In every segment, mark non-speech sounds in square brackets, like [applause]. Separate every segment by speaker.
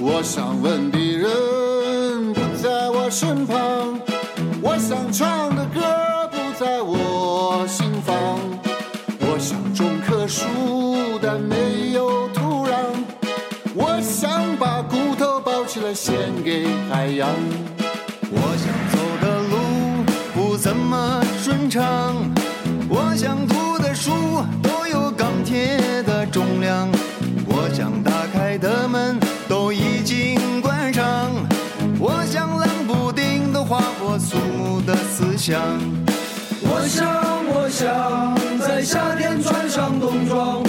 Speaker 1: 我想问的人不在我身旁，我想唱的歌不在我心房，我想种棵树，但没有土壤，我想把骨头包起来献给海洋，
Speaker 2: 我想走的路不怎么顺畅，我想读的书都有钢铁的重量，我想打开的门都已经关上，我想冷不丁的划破肃穆的思想。
Speaker 3: 我想，我想在夏天穿上冬装，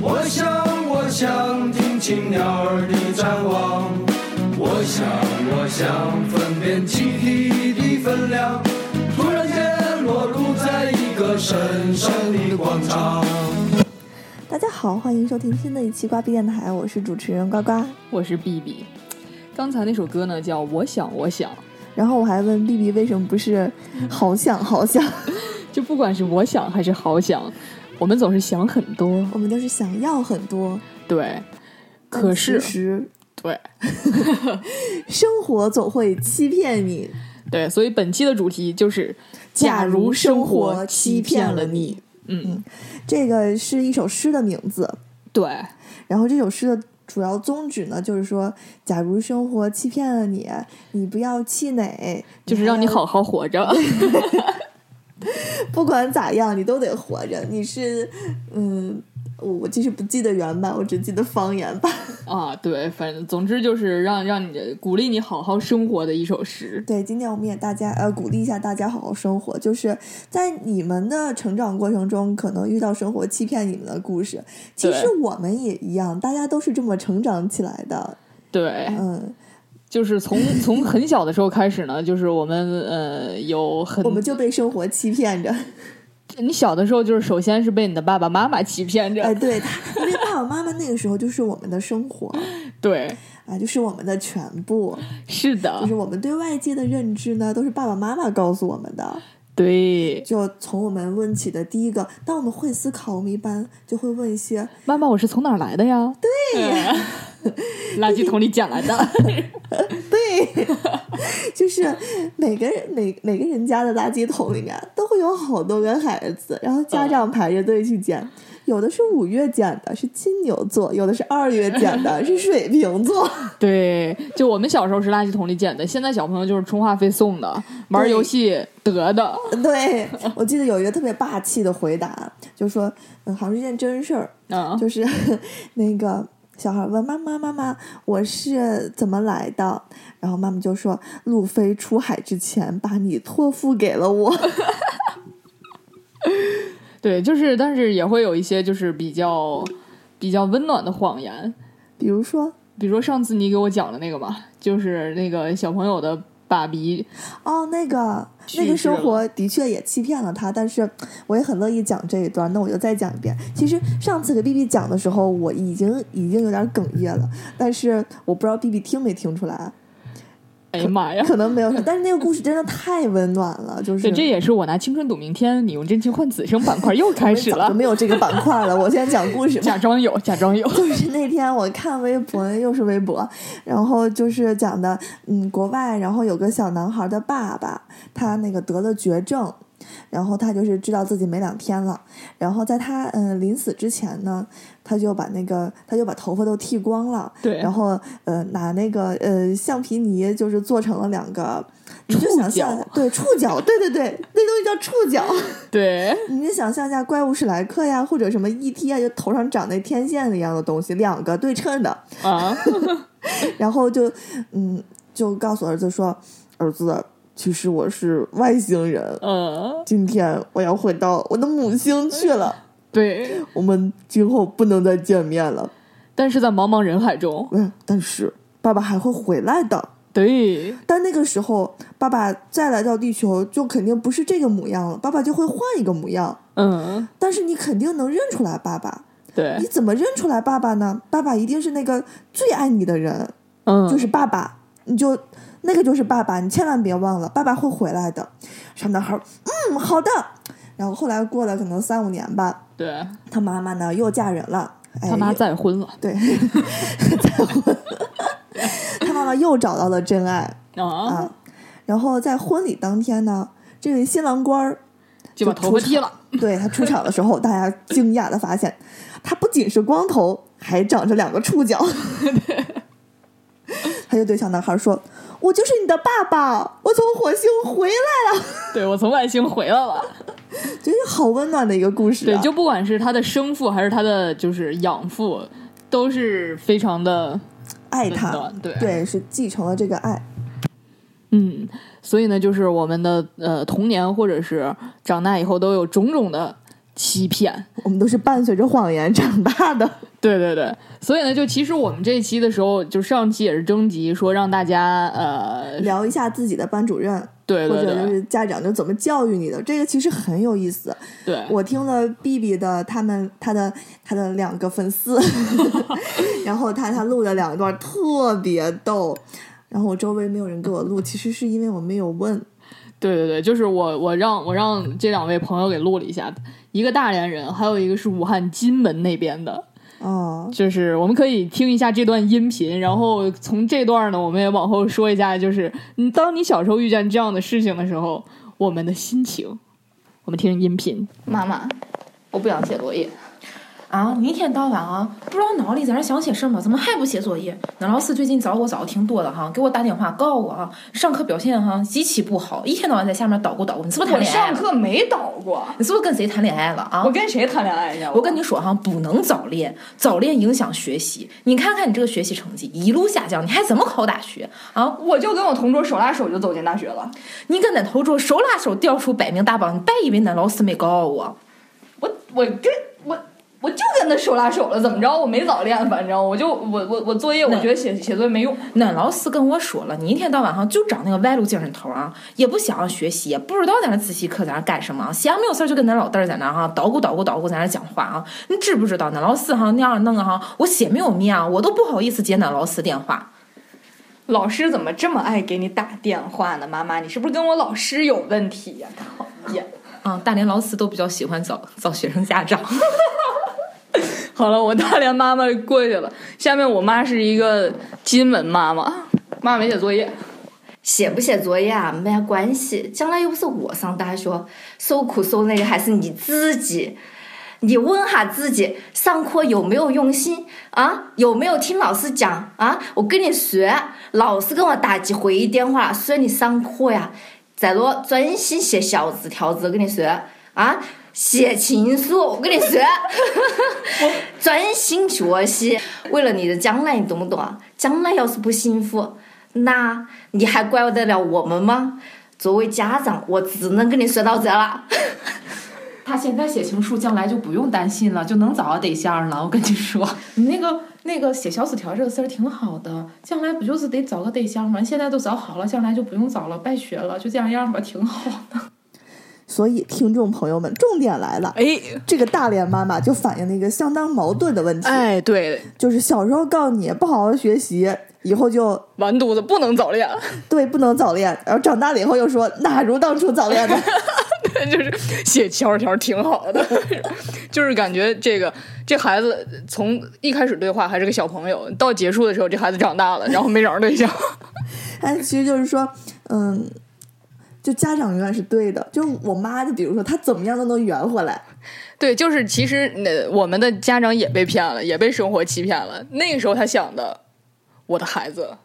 Speaker 3: 我想，我想听清鸟儿的展望，我想，我想分辨气体的分量，突然间裸露在一个神圣的广场。
Speaker 4: 大家好，欢迎收听新的一期瓜逼电台，我是主持人呱呱。
Speaker 5: 我是 B B。刚才那首歌呢，叫《我想我想》，
Speaker 4: 然后我还问 B B 为什么不是好想好想，
Speaker 5: [laughs] 就不管是我想还是好想，我们总是想很多，
Speaker 4: 我们都是想要很多，
Speaker 5: 对。
Speaker 4: 但
Speaker 5: 可是
Speaker 4: 其，实
Speaker 5: 对
Speaker 4: 生活总会欺骗你。
Speaker 5: 对，所以本期的主题就是：
Speaker 4: 假
Speaker 5: 假
Speaker 4: 如
Speaker 5: 如
Speaker 4: 生
Speaker 5: 生
Speaker 4: 活
Speaker 5: 活
Speaker 4: 欺
Speaker 5: 欺
Speaker 4: 骗
Speaker 5: 骗
Speaker 4: 了
Speaker 5: 了
Speaker 4: 你
Speaker 5: 你，嗯，
Speaker 4: 这个是一首诗的名字，
Speaker 5: 对，
Speaker 4: 然后这首诗的主要宗旨呢，就是说，假如生活欺骗了你，你不要气馁，
Speaker 5: 就是让你
Speaker 4: 还要
Speaker 5: 好好活着。
Speaker 4: [laughs] 不管咋样，你都得活着。你是，嗯，我我其实不记得原版，我只记得方言版。
Speaker 5: 啊，对，反正总之就是让让你鼓励你好好生活的一首诗。
Speaker 4: 对，今天我们也大家呃鼓励一下大家好好生活，就是在你们的成长过程中，可能遇到生活欺骗你们的故事，其实
Speaker 5: 对
Speaker 4: 我们也一样，大家都是这么成长起来的。
Speaker 5: 对，
Speaker 4: 嗯，
Speaker 5: 就是 [laughs] 从从很小的时候开始呢，就是我们呃有很
Speaker 4: 我们就被生活欺骗着。
Speaker 5: 你小的时候就是首先是被你的爸爸妈妈欺骗着，
Speaker 4: 哎，对他，因为爸爸妈妈那个时候就是我们的生活，
Speaker 5: 对，
Speaker 4: 啊，就是我们的全部，
Speaker 5: 是的，
Speaker 4: 就是我们对外界的认知呢，都是爸爸妈妈告诉我们的。
Speaker 5: 对，
Speaker 4: 就从我们问起的第一个，当我们会思考，我们一般就会问一些
Speaker 5: 妈妈，我是从哪儿来的呀？对， [laughs] 垃圾桶里捡来的。
Speaker 4: 对， [laughs] 就是每个人每每个人家的垃圾桶里面都会有好多个孩子，然后家长排着队去捡，有的是五月捡的，是金牛座；有的是二月捡的，是水瓶座。
Speaker 5: [laughs]
Speaker 4: [laughs]
Speaker 5: 对，就我们小时候是垃圾桶里捡的，现在小朋友就是充话费送的，玩游戏得的。
Speaker 4: 对我记得有一个特别霸气的回答，就说，嗯，好像是件真事儿，
Speaker 5: 嗯，
Speaker 4: 就是 [laughs] 那个小孩问妈妈：“妈妈，我是怎么来的？”然后妈妈就说：“路飞出海之前把你托付给了我。 [laughs]
Speaker 5: 对，就是，但是也会有一些就是比较比较温暖的谎言，”
Speaker 4: 比如说，
Speaker 5: 比如说上次你给我讲的那个嘛，就是那个小朋友的爸比，
Speaker 4: 哦，那个
Speaker 5: 去
Speaker 4: 那个
Speaker 5: 世
Speaker 4: 生
Speaker 5: 了
Speaker 4: 活的确也欺骗了他，但是我也很乐意讲这一段。那我就再讲一遍。其实上次给 B B 讲的时候，我已经已经有点哽咽了，但是我不知道 B B 听没听出来，
Speaker 5: 哎呀妈呀！
Speaker 4: 可能没有什么。但是那个故事真的太温暖了，就是
Speaker 5: 对，这也是我拿青春赌明天，你用真情换此生板块又开始
Speaker 4: 早就
Speaker 5: 了，
Speaker 4: 没有这个板块了。我现在讲故事吧，
Speaker 5: [laughs] 假装有，假装有。
Speaker 4: 就是那天我看微博，又是微博，然后就是讲的，嗯，国外，然后有个小男孩的爸爸，他那个得了绝症，然后他就是知道自己没两天了，然后在他嗯、呃临死之前呢，他就把那个他就把头发都剃光了，
Speaker 5: 对
Speaker 4: 然后呃拿那个呃橡皮泥就是做成了两个，你就想象
Speaker 5: 触角
Speaker 4: 对触角，对对对，那东西叫触角。
Speaker 5: [laughs] 对，
Speaker 4: 你就想象一下怪物史莱克呀，或者什么 E.T. 啊，就头上长那天线一样的东西，两个对称的，
Speaker 5: 啊，
Speaker 4: 然后就嗯，就告诉儿子说，儿子，其实我是外星人，
Speaker 5: 嗯，
Speaker 4: 今天我要回到我的母星去了，
Speaker 5: 对。
Speaker 4: 我们今后不能再见面了，
Speaker 5: 但是在茫茫人海中，
Speaker 4: 嗯，但是爸爸还会回来的。
Speaker 5: 对，
Speaker 4: 但那个时候，爸爸再来到地球，就肯定不是这个模样了，爸爸就会换一个模样。
Speaker 5: 嗯，
Speaker 4: 但是你肯定能认出来爸爸，
Speaker 5: 对
Speaker 4: 你，怎么认出来爸爸呢？爸爸一定是那个最爱你的人，
Speaker 5: 嗯，
Speaker 4: 就是爸爸，你就那个就是爸爸，你千万别忘了，爸爸会回来的。小男孩儿，嗯，好的。然后后来过了可能三五年吧，
Speaker 5: 对，
Speaker 4: 他妈妈呢又嫁人了，哎、
Speaker 5: 他妈
Speaker 4: 又
Speaker 5: 再婚了，
Speaker 4: [laughs] 对，再婚。样又找到了真爱
Speaker 5: 啊
Speaker 4: 啊，。然后在婚礼当天呢，这位新郎官儿
Speaker 5: 就把
Speaker 4: 就
Speaker 5: 头发
Speaker 4: 出
Speaker 5: 剃了， [laughs]
Speaker 4: 对他出场的时候，大家惊讶的发现，他不仅是光头，还长着两个触角。 [laughs] 他就对小男孩说：“我就是你的爸爸，我从火星回来了。
Speaker 5: 对我从外星回来了。”
Speaker 4: 真是好温暖的一个故事、啊。
Speaker 5: 对，就不管是他的生父还是他的就是养父，都是非常的
Speaker 4: 爱
Speaker 5: 温
Speaker 4: 他
Speaker 5: 暖，对
Speaker 4: 是继承了这个爱。
Speaker 5: 嗯，所以呢，就是我们的呃童年或者是长大以后都有种种的欺骗。
Speaker 4: 我们都是伴随着谎言长大
Speaker 5: [laughs]
Speaker 4: 的。
Speaker 5: 对对对，所以呢，就其实我们这一期的时候，就上期也是征集说让大家呃，
Speaker 4: 聊一下自己的班主任，
Speaker 5: 对对
Speaker 4: 或者就
Speaker 5: 对
Speaker 4: 是家长就怎么教育你的，这个其实很有意思。
Speaker 5: 对， [laughs]
Speaker 4: 我听了 B B 的他们他的他的两个粉
Speaker 5: [laughs]
Speaker 4: 丝，然后他他录的两段特别逗，然后我周围没有人给我录，其实是因为我没有问。
Speaker 5: 对对对，就是我我让我让这两位朋友给录了一下，一个大连人，还有一个是武汉金门那边的。
Speaker 4: 哦，
Speaker 5: 就是我们可以听一下这段音频，然后从这段呢，我们也往后说一下，就是你当你小时候遇见这样的事情的时候，我们的心情。我们听音频，
Speaker 6: 妈妈，我不想写作业。
Speaker 7: 啊，你一天到晚啊，不知道脑里在那想些什么，怎么还不写作业？那老师最近找我找的挺多的哈，给我打电话告我啊，上课表现哈极其不好，一天到晚在下面捣鼓捣鼓，你是不是谈
Speaker 6: 我
Speaker 7: 恋爱
Speaker 6: 上
Speaker 7: 了？
Speaker 6: 课没倒过，
Speaker 7: 你是不是跟谁谈恋爱了啊
Speaker 6: 啊我？跟谁谈恋爱去？
Speaker 7: 我跟你说哈，不能早恋，早恋影响学习。你看看你这个学习成绩一路下降，你还怎么考大学啊？
Speaker 6: 我就跟我同桌手拉手就走进大学了。
Speaker 7: 你跟那头桌手拉手调出百名大榜，你别以为那老师没告我。
Speaker 6: 我我跟我我就跟他手拉手了，怎么着？我没早恋，反正我就我我我作业，我
Speaker 7: 那
Speaker 6: 觉得写写作业没用。
Speaker 7: 那老师跟我说了，你一天到晚上就长那个歪路精神头啊，也不想学习，也不知道在那自习课在那干什么，啊闲没有事儿就跟咱老弟儿在那哈捣鼓捣鼓捣鼓在那讲话啊。你知不知道那老师哈那样弄啊哈，我写没有面啊，我都不好意思接那老师电话。
Speaker 6: 老师怎么这么爱给你打电话呢？妈妈，你是不是跟我老师有问题呀、讨厌！
Speaker 7: 啊，大连老师都比较喜欢找找学生家长。
Speaker 6: 好了，我大连妈妈过去了。下面我妈是一个金门妈妈，妈没写作业。
Speaker 8: 写不写作业啊，没关系，将来又不是我上大学，受苦受累的还是你自己。你问下自己，上课有没有用心啊？有没有听老师讲啊？我跟你说，老师跟我打几回电话说你上课呀，在那专心写小字条子。我跟你说啊，写情书。我跟你说， [laughs] 专心学习，为了你的将来，你懂不懂啊？将来要是不幸福，那你还怪得了我们吗？作为家长，我只能跟你说到这了。
Speaker 7: 他现在写情书，将来就不用担心了，就能找到对象了。我跟你说，你那个那个写小纸条这个事儿挺好的，将来不就是得找个对象吗？现在都找好了，将来就不用找了，拜学了，就这样样吧，挺好的。
Speaker 4: 所以听众朋友们，重点来了，
Speaker 5: 哎
Speaker 4: 这个大连妈妈就反映了一个相当矛盾的问题，
Speaker 5: 哎，对，
Speaker 4: 就是小时候告诉你不好好学习，以后就
Speaker 5: 完犊子不能早恋，
Speaker 4: 对不能早恋，然后长大了以后又说哪如当初早恋呢？
Speaker 5: [laughs] 就是写条条挺好的，就是感觉这个这孩子从一开始对话还是个小朋友，到结束的时候这孩子长大了，然后没找着对象，
Speaker 4: 哎，其实就是说，嗯，就家长永远是对的。就我妈，就比如说她怎么样都能圆回来，
Speaker 5: 对，就是其实那我们的家长也被骗了，也被生活欺骗了。那个时候他想的，我的孩子，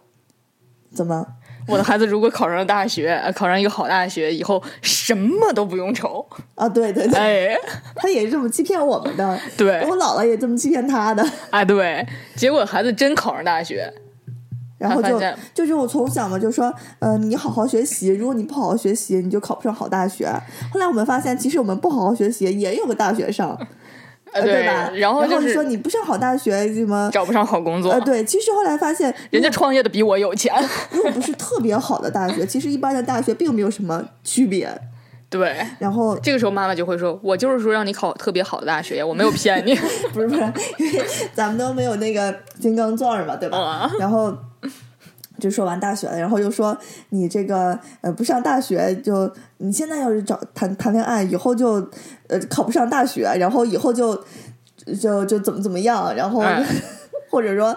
Speaker 4: 怎么？
Speaker 5: 我的孩子如果考上了大学，呃考上一个好大学，以后什么都不用愁。
Speaker 4: 啊，对对
Speaker 5: [laughs]
Speaker 4: 对，
Speaker 5: 哎，
Speaker 4: 她也是这么欺骗我们的，
Speaker 5: 对
Speaker 4: 我姥姥也这么欺骗她的，
Speaker 5: 哎，对，结果孩子真考上大学，
Speaker 4: 然后
Speaker 5: 她
Speaker 4: 就
Speaker 5: 发现
Speaker 4: 就是我从小嘛就说，呃，你好好学习，如果你不好好学习，你就考不上好大学。后来我们发现，其实我们不好好学习也有个大学上，呃
Speaker 5: 呃，
Speaker 4: 对吧？
Speaker 5: 然后就
Speaker 4: 你说
Speaker 5: 是
Speaker 4: 你不上好大学什么？
Speaker 5: 找不上好工作。
Speaker 4: 呃，对，其实后来发现，
Speaker 5: 人家创业的比我有
Speaker 4: [laughs]
Speaker 5: 钱，
Speaker 4: 如果不是特别好的大学，其实一般的大学并没有什么区别。
Speaker 5: 对。
Speaker 4: 然
Speaker 5: [laughs]
Speaker 4: 后
Speaker 5: 这个时候妈妈就会说：“我就是说让你考特别好的大学呀，我没有
Speaker 4: [laughs]
Speaker 5: 骗你。
Speaker 4: 不是不是，因为咱们都没有那个金刚钻嘛，对
Speaker 5: 哦
Speaker 4: 吧？ [laughs] 然后就说完大学了，然后又说你这个呃不上大学就你现在要是找谈谈恋爱，以后就呃考不上大学，然后以后就就就怎么怎么样，然后、
Speaker 5: 哎
Speaker 4: [laughs] 或者说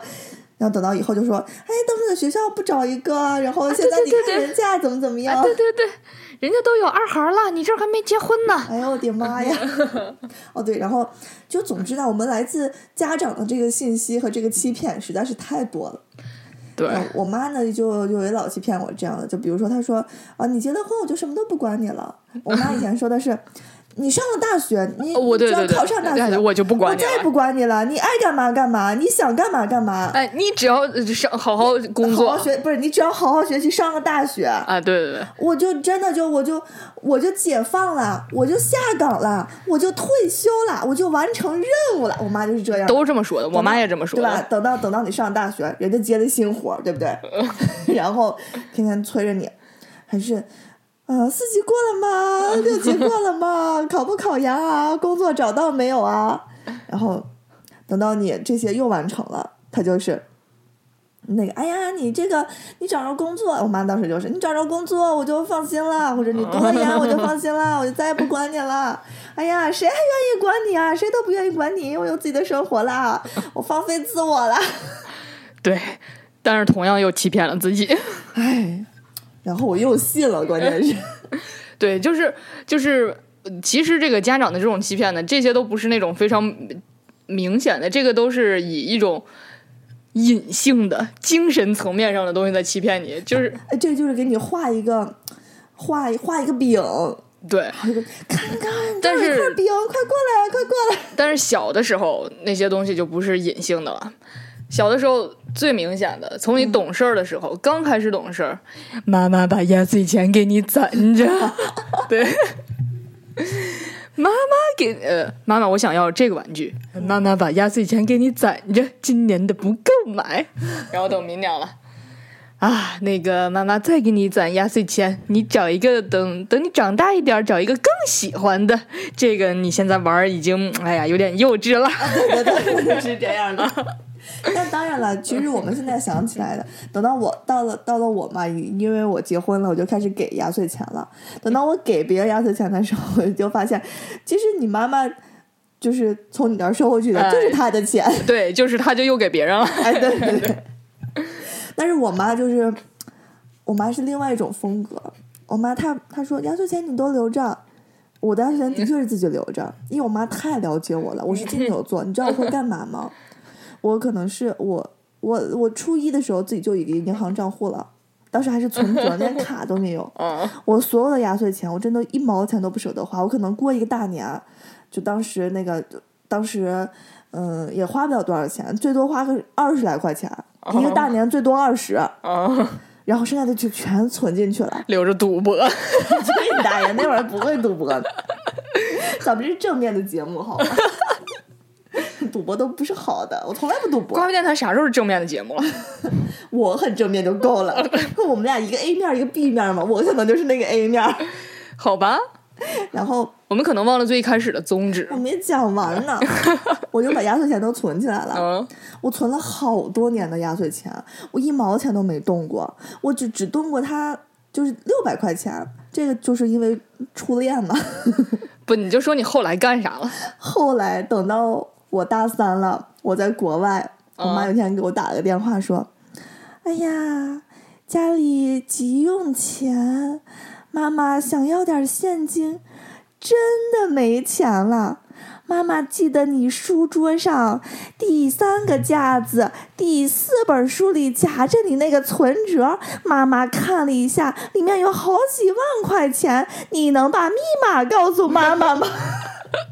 Speaker 4: 然后等到以后就说，哎，当初在学校不找一个，啊然后现在
Speaker 5: 啊对
Speaker 4: 你
Speaker 5: 对
Speaker 4: 看
Speaker 5: 对
Speaker 4: 人家怎么怎么样，
Speaker 5: 啊，对对对，人家都有二孩了，你这儿还没结婚
Speaker 4: [laughs]
Speaker 5: 呢。
Speaker 4: 哎呦我的妈呀！哦对，然后就总之呢，我们来自家长的这个信息和这个欺骗实在是太多了。
Speaker 5: 对
Speaker 4: 呃我妈呢，就就也老欺骗我这样的，就比如说她说啊，你结了婚我就什么都不管你
Speaker 5: [laughs]
Speaker 4: 了。我妈以前说的是，你上了大学，你
Speaker 5: 哦我对
Speaker 4: 你只
Speaker 5: 对
Speaker 4: 要
Speaker 5: 对，
Speaker 4: 考上大
Speaker 5: 对
Speaker 4: 学，
Speaker 5: 我就不
Speaker 4: 我
Speaker 5: 管你
Speaker 4: 再也不
Speaker 5: 了。
Speaker 4: 管你了，你爱干嘛干嘛，你想干嘛干嘛。
Speaker 5: 哎，你只要呃上好好工
Speaker 4: 好
Speaker 5: 作
Speaker 4: 好学不是你只要好好学习，上个大学，
Speaker 5: 啊，对对对，
Speaker 4: 我就真的就我就我就解放了，我就下岗了，我就退休了，我就完成任务了。我妈就是这样，
Speaker 5: 都这么说的，我妈也这么说
Speaker 4: 对吧
Speaker 5: 的。？
Speaker 4: 等到等到你上大学，人家接的新活儿，对不对？
Speaker 5: 嗯
Speaker 4: [laughs] 然后天天催着你，还是。呃，四级过了吗？六级过了吗？考不考研啊？工作找到没有啊？然后等到你这些又完成了，他就是那个，哎呀，你这个你找着工作，我妈当时就是你找着工作我就放心了，或者你读了研我就放心了，我就再也不管你了。哎呀，谁还愿意管你啊？谁都不愿意管你，我有自己的生活啦，我放飞自我了。
Speaker 5: 对，但是同样又欺骗了自己。
Speaker 4: 哎，然后我又信了，关键是，
Speaker 5: 对，就是就是，呃其实这个家长的这种欺骗呢，这些都不是那种非常明显的，这个都是以一种隐性的精神层面上的东西在欺骗你，就是
Speaker 4: 哎， [laughs] 这就是给你画一个画一画一个饼，
Speaker 5: 对。
Speaker 4: 画一个看看，这
Speaker 5: 但
Speaker 4: 有一
Speaker 5: 是
Speaker 4: 块饼，快过来，快过来。
Speaker 5: 但是小的时候那些东西就不是隐性的了。小的时候最明显的，从你懂事儿的时候，刚开始懂事儿，妈妈把压岁钱给你攒 [laughs] 着，对，妈妈给呃，妈妈我想要这个玩具，妈妈把压岁钱给你攒着，今年的不够买，然后等明年了。啊，那个妈妈再给你攒压岁钱，你找一个等等你长大一点儿，找一个更喜欢的。这个你现在玩儿已经哎呀有点幼稚了。
Speaker 4: 对对对，是这样的。但当然了，其实我们现在想起来的，等到我到了到了我嘛，因为我结婚了，我就开始给压岁钱了。等到我给别人压岁钱的时候，我就发现，其实你妈妈就是从你这儿收回去的，
Speaker 5: 哎
Speaker 4: 就是她的钱。
Speaker 5: 对，就是他就又给别人了。。
Speaker 4: 哎，对对对。 [laughs] 但是我妈就是，我妈是另外一种风格。我妈她她说压岁钱你都留着，我的压岁钱的确是自己留着，因为我妈太了解我了。我是金牛座，你知道我会干嘛吗？我可能是我我我初一的时候自己就有一个银行账户了。当时还是存折，连卡都没 [laughs] 有。我所有的压岁钱，我真的一毛钱都不舍得花。我可能过一个大年，啊就当时那个，当时嗯，也花不了多少钱，最多花个二十来块钱，一个大年最多二十，然后剩下的就全存进去了
Speaker 5: [laughs] 留着赌博，
Speaker 4: 对，大爷，那会儿不会赌博的，咱们这是正面的节目，好吗？ [laughs] 赌博都不是好的，我从来不赌博
Speaker 5: 瓜，皮电台啥时候是正面的节目了？
Speaker 4: 我很正面就够了。我们俩一个 A 面儿一个 B 面儿嘛，我可能就是那个 A 面儿。
Speaker 5: 好吧，
Speaker 4: 然后
Speaker 5: 我们可能忘了最一开始的宗旨
Speaker 4: 我。没讲完呢，我就把压岁钱都存起来了。
Speaker 5: 嗯，
Speaker 4: 我存了好多年的压岁钱，我一毛钱都没动过，我只只动过它就是六百块钱。这个就是因为初恋嘛。
Speaker 5: 不，你就说你后来干啥了？
Speaker 4: 后来等到我大三了，我在国外，我妈有一天给我打了个电话说：“哎呀，家里急用钱，妈妈想要点现金，真的没钱了。”妈妈记得你书桌上第三个架子第四本书里夹着你那个存折，妈妈看了一下，里面有好几万块钱，你能把密码告诉妈妈吗？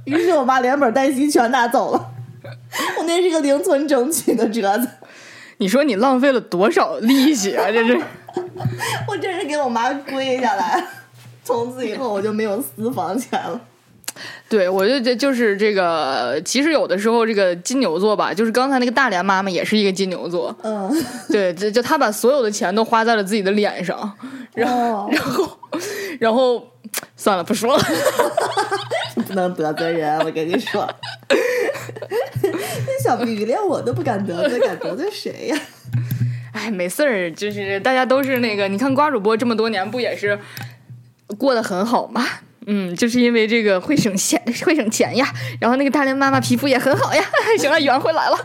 Speaker 4: 于是我妈连本带息全拿走了。我那是个零存整取的折子，
Speaker 5: 你说你浪费了多少利息啊？这是
Speaker 4: 我真是给我妈跪下来。从此以后我就没有私房钱了。
Speaker 5: 对，我就这就是这个。其实有的时候这个金牛座吧，就是刚才那个大连妈妈也是一个金牛座。
Speaker 4: 嗯，
Speaker 5: 对，这就他把所有的钱都花在了自己的脸上， [laughs] 然后、
Speaker 4: 哦，
Speaker 5: 然后然后算了，不说了。
Speaker 4: [laughs] 不能得罪人，我跟你说。 [laughs] 那小逼逼连我都不敢得罪，敢得罪谁呀？
Speaker 5: 哎，没事儿，就是大家都是那个，你看瓜主播这么多年不也是过得很好吗？嗯，就是因为这个会省
Speaker 6: [laughs]
Speaker 5: 钱，会省钱呀。然后那个大连妈妈皮肤也很好呀。行了，圆回来了。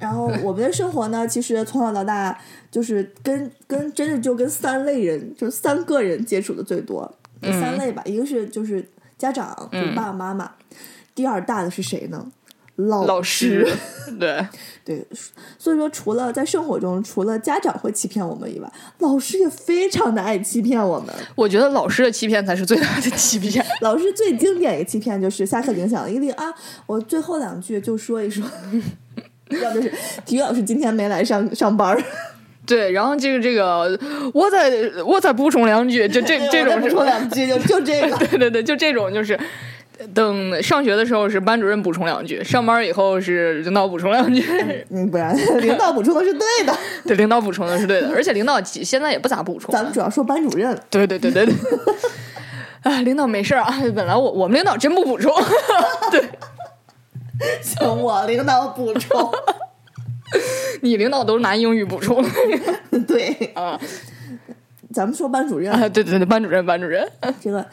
Speaker 4: 然后我们的生活呢，其实从小到大就是跟跟真的就跟三类人，就是三个人接触的最多，
Speaker 6: 嗯
Speaker 4: 三类吧，一个是就是家长，就是爸爸妈妈，第二大的是谁呢？老
Speaker 6: 老师，对，
Speaker 4: 对，所以说除了在生活中，除了家长会欺骗我们以外，老师也非常的爱欺骗我们。
Speaker 6: 我觉得老师的欺骗才是最大的欺骗。
Speaker 4: 老师最经典一个欺骗就是下课铃响了一铃啊，我最后两句就说 [laughs] 一说，要不就是体育老师今天没来上上班儿，
Speaker 6: 对，然后这个这个，我再我再补充两句，
Speaker 4: [laughs]
Speaker 6: 就这这
Speaker 4: 哎我
Speaker 6: 种
Speaker 4: 再
Speaker 6: 是。
Speaker 4: 补充两句就就这个
Speaker 6: [laughs] 对对对，就这种就是。等上学的时候是班主任补充两句，上班以后是领导补充两句，
Speaker 4: 嗯，不然领导补充的是对的，
Speaker 6: [laughs] 对，领导补充的是对的，而且领导其现在也不咋补充了。
Speaker 4: 咱们主要说班主
Speaker 6: [laughs]
Speaker 4: 任。
Speaker 6: 对对对对对。啊，领导没事儿啊，本来我我们领导真不补充， [laughs]
Speaker 4: 行，我领导补
Speaker 6: [laughs]
Speaker 4: 充，
Speaker 6: 你领导都拿英语补充 [laughs]
Speaker 4: 对，
Speaker 6: 啊
Speaker 4: 咱们说班主任
Speaker 6: [laughs] 啊，对对对，班主任班主任，
Speaker 4: 这个，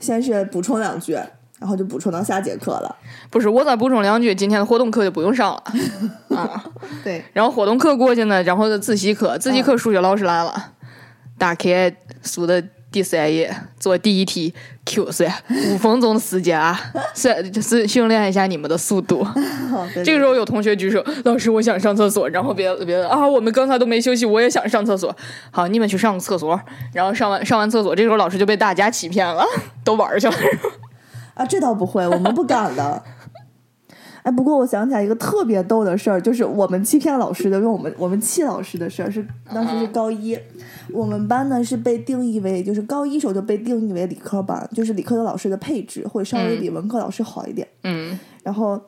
Speaker 4: 先是补充两句，然后就补充到下节课了。
Speaker 6: 不是我再补充两句，今天的活动课就不用上了啊。
Speaker 4: 对，
Speaker 6: 然后活动课过去呢，然后就自习课，自习课数学老师来了，打开数的第三页，做第一题 Q 算，五分钟的时间啊， [laughs] 算就是训练一下你们的速度。
Speaker 4: 哦对
Speaker 6: 这个时候有同学举手，老师我想上厕所，然后别别的啊，我们刚才都没休息，我也想上厕所。好，你们去上个厕所，然后上完上完厕所，这时候老师就被大家欺骗了，都玩儿去了。
Speaker 4: 啊，这倒不会，我们不敢的。哎，不过我想起来一个特别逗的事儿，就是我们欺骗老师的，跟我们我们气老师的事儿是当时是高一，我们班呢是被定义为就是高一时候就被定义为理科班，就是理科的老师的配置会稍微比文科老师好一点。
Speaker 6: 嗯
Speaker 4: 然后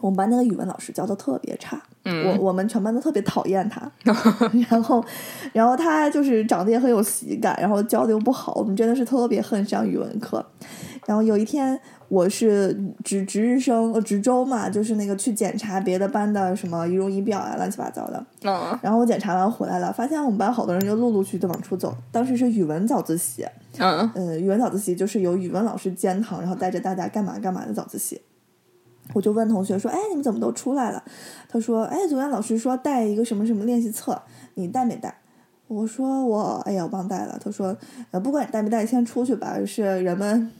Speaker 4: 我们班那个语文老师教的特别差，我我们全班都特别讨厌他。然后，然后他就是长得也很有喜感，然后教的又不好，我们真的是特别恨上语文课。然后有一天，我是值值日生，呃，值周嘛，就是那个去检查别的班的什么仪容仪表啊，乱七八糟的。
Speaker 6: 嗯
Speaker 4: 然后我检查完回来了，发现我们班好多人就陆陆续续的往出走。当时是语文早自习，
Speaker 6: 嗯，
Speaker 4: 呃，语文早自习就是由语文老师监堂，然后带着大家干嘛干嘛的早自习。我就问同学说：“哎，你们怎么都出来了？”他说：“哎，昨天老师说带一个什么什么练习册，你带没带？”我说：“我哎呀，我忘带了。”他说：“呃，不管你带没带，先出去吧。”是人们，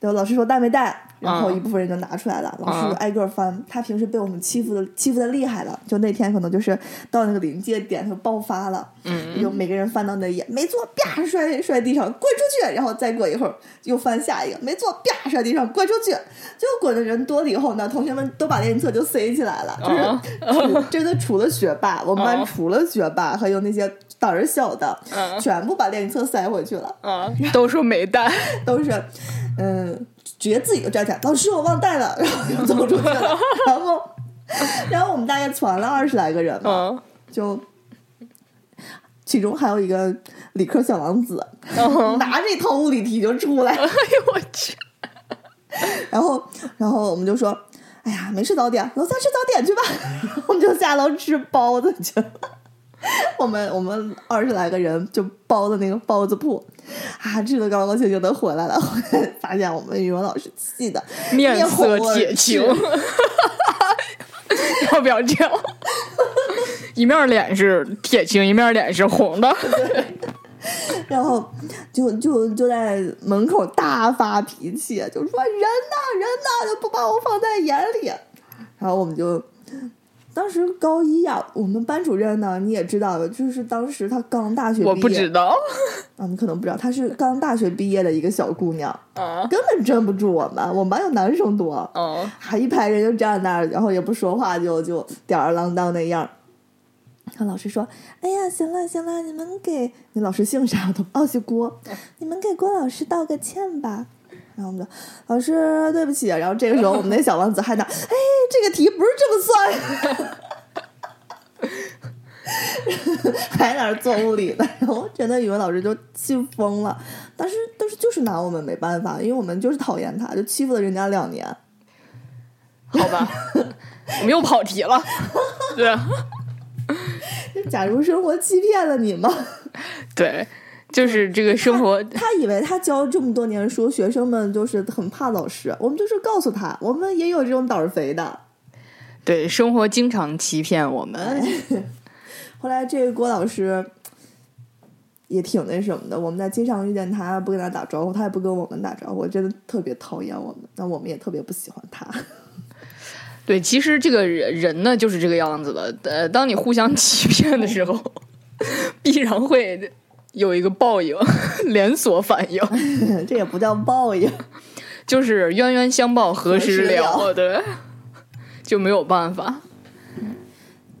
Speaker 4: 对，老师说带没带，然后
Speaker 6: 嗯
Speaker 4: 一部分人就拿出来了，老师
Speaker 6: 嗯
Speaker 4: 就挨个翻。他平时被我们欺负的欺负的厉害了，就那天可能就是到那个临界点他就爆发了。
Speaker 6: 嗯
Speaker 4: 就每个人翻到那一页，没做，啪摔摔地上，滚出去。然后再过一会儿又翻下一个，没做，啪摔地上，滚出去。就滚的人多了以后呢，同学们都把练习册就塞起来了，就是除 [laughs] 真的除了学霸，我们班除了学霸，还有那些胆儿小的，全部把练习册塞回去了，
Speaker 6: 啊，
Speaker 5: 嗯
Speaker 6: 都说没带，
Speaker 4: 都是，嗯，直接自己就站起来，老师我忘带了， [laughs] 然后就走出去了，然后。然后我们大概攒了二十来个人吧，
Speaker 6: 嗯，
Speaker 4: 就其中还有一个理科小王子， [laughs] 拿着一套物理题就出来，
Speaker 6: 哎呦我去，
Speaker 4: 然后然后我们就说。哎呀，没吃早点，楼下吃早点去吧。我们就下楼吃包子去了。我们我们二十来个人就包的那个包子铺，啊，吃的高高兴兴的回来了。 [laughs] 回来发现我们语文老师气的
Speaker 6: 面色铁
Speaker 4: 青，，
Speaker 6: 青 [laughs] 要不要这样？一面脸是铁青，一面脸是红的。
Speaker 4: 然后就就就在门口大发脾气，就说人呢人呢，就不把我放在眼里。然后我们就当时高一呀、我们班主任呢你也知道的，就是当时她刚大学毕业，
Speaker 6: 我不知道
Speaker 4: 啊，你可能不知道，她是刚大学毕业的一个小姑娘，
Speaker 6: 啊，
Speaker 4: 根本镇不住我们，我们班有男生多，
Speaker 6: 哦，
Speaker 4: 还一排人就站那儿，然后也不说话，就就吊儿郎当那样儿。然后老师说：“哎呀，行了行了，你们给你老师姓啥都哦，姓郭，你们给郭老师道个歉吧。”然后我们就老师对不起。然后这个时候我们那小王子还拿：“哎，这个题不是这么算。”还在那儿做物理呢，然后真的语 [laughs] 文老师就气疯了，但是但是就是拿我们没办法，因为我们就是讨厌他，就欺负了人家两年。
Speaker 6: 好吧， [laughs] 我们又跑题了。对
Speaker 4: 假如生活欺骗了你吗？ [laughs]
Speaker 6: 对，就是这个生活，
Speaker 4: 他以为他教这么多年书，学生们就是很怕老师。我们就是告诉他，我们也有这种胆儿肥的。
Speaker 6: 对，生活经常欺骗我们。
Speaker 4: 哎后来这个郭老师也挺那什么的，我们在街上遇见他，不跟他打招呼，他也不跟我们打招呼，真的特别讨厌我们，但我们也特别不喜欢他。 [laughs]
Speaker 6: 对，其实这个人人呢就是这个样子的。呃，当你互相欺骗的时候， [laughs] 必然会有一个报应， [laughs] 连锁反
Speaker 4: [laughs]
Speaker 6: 应，
Speaker 4: 这也不叫报应，
Speaker 6: 就是冤冤相报何时
Speaker 4: 何
Speaker 6: 了？对，就没有办法。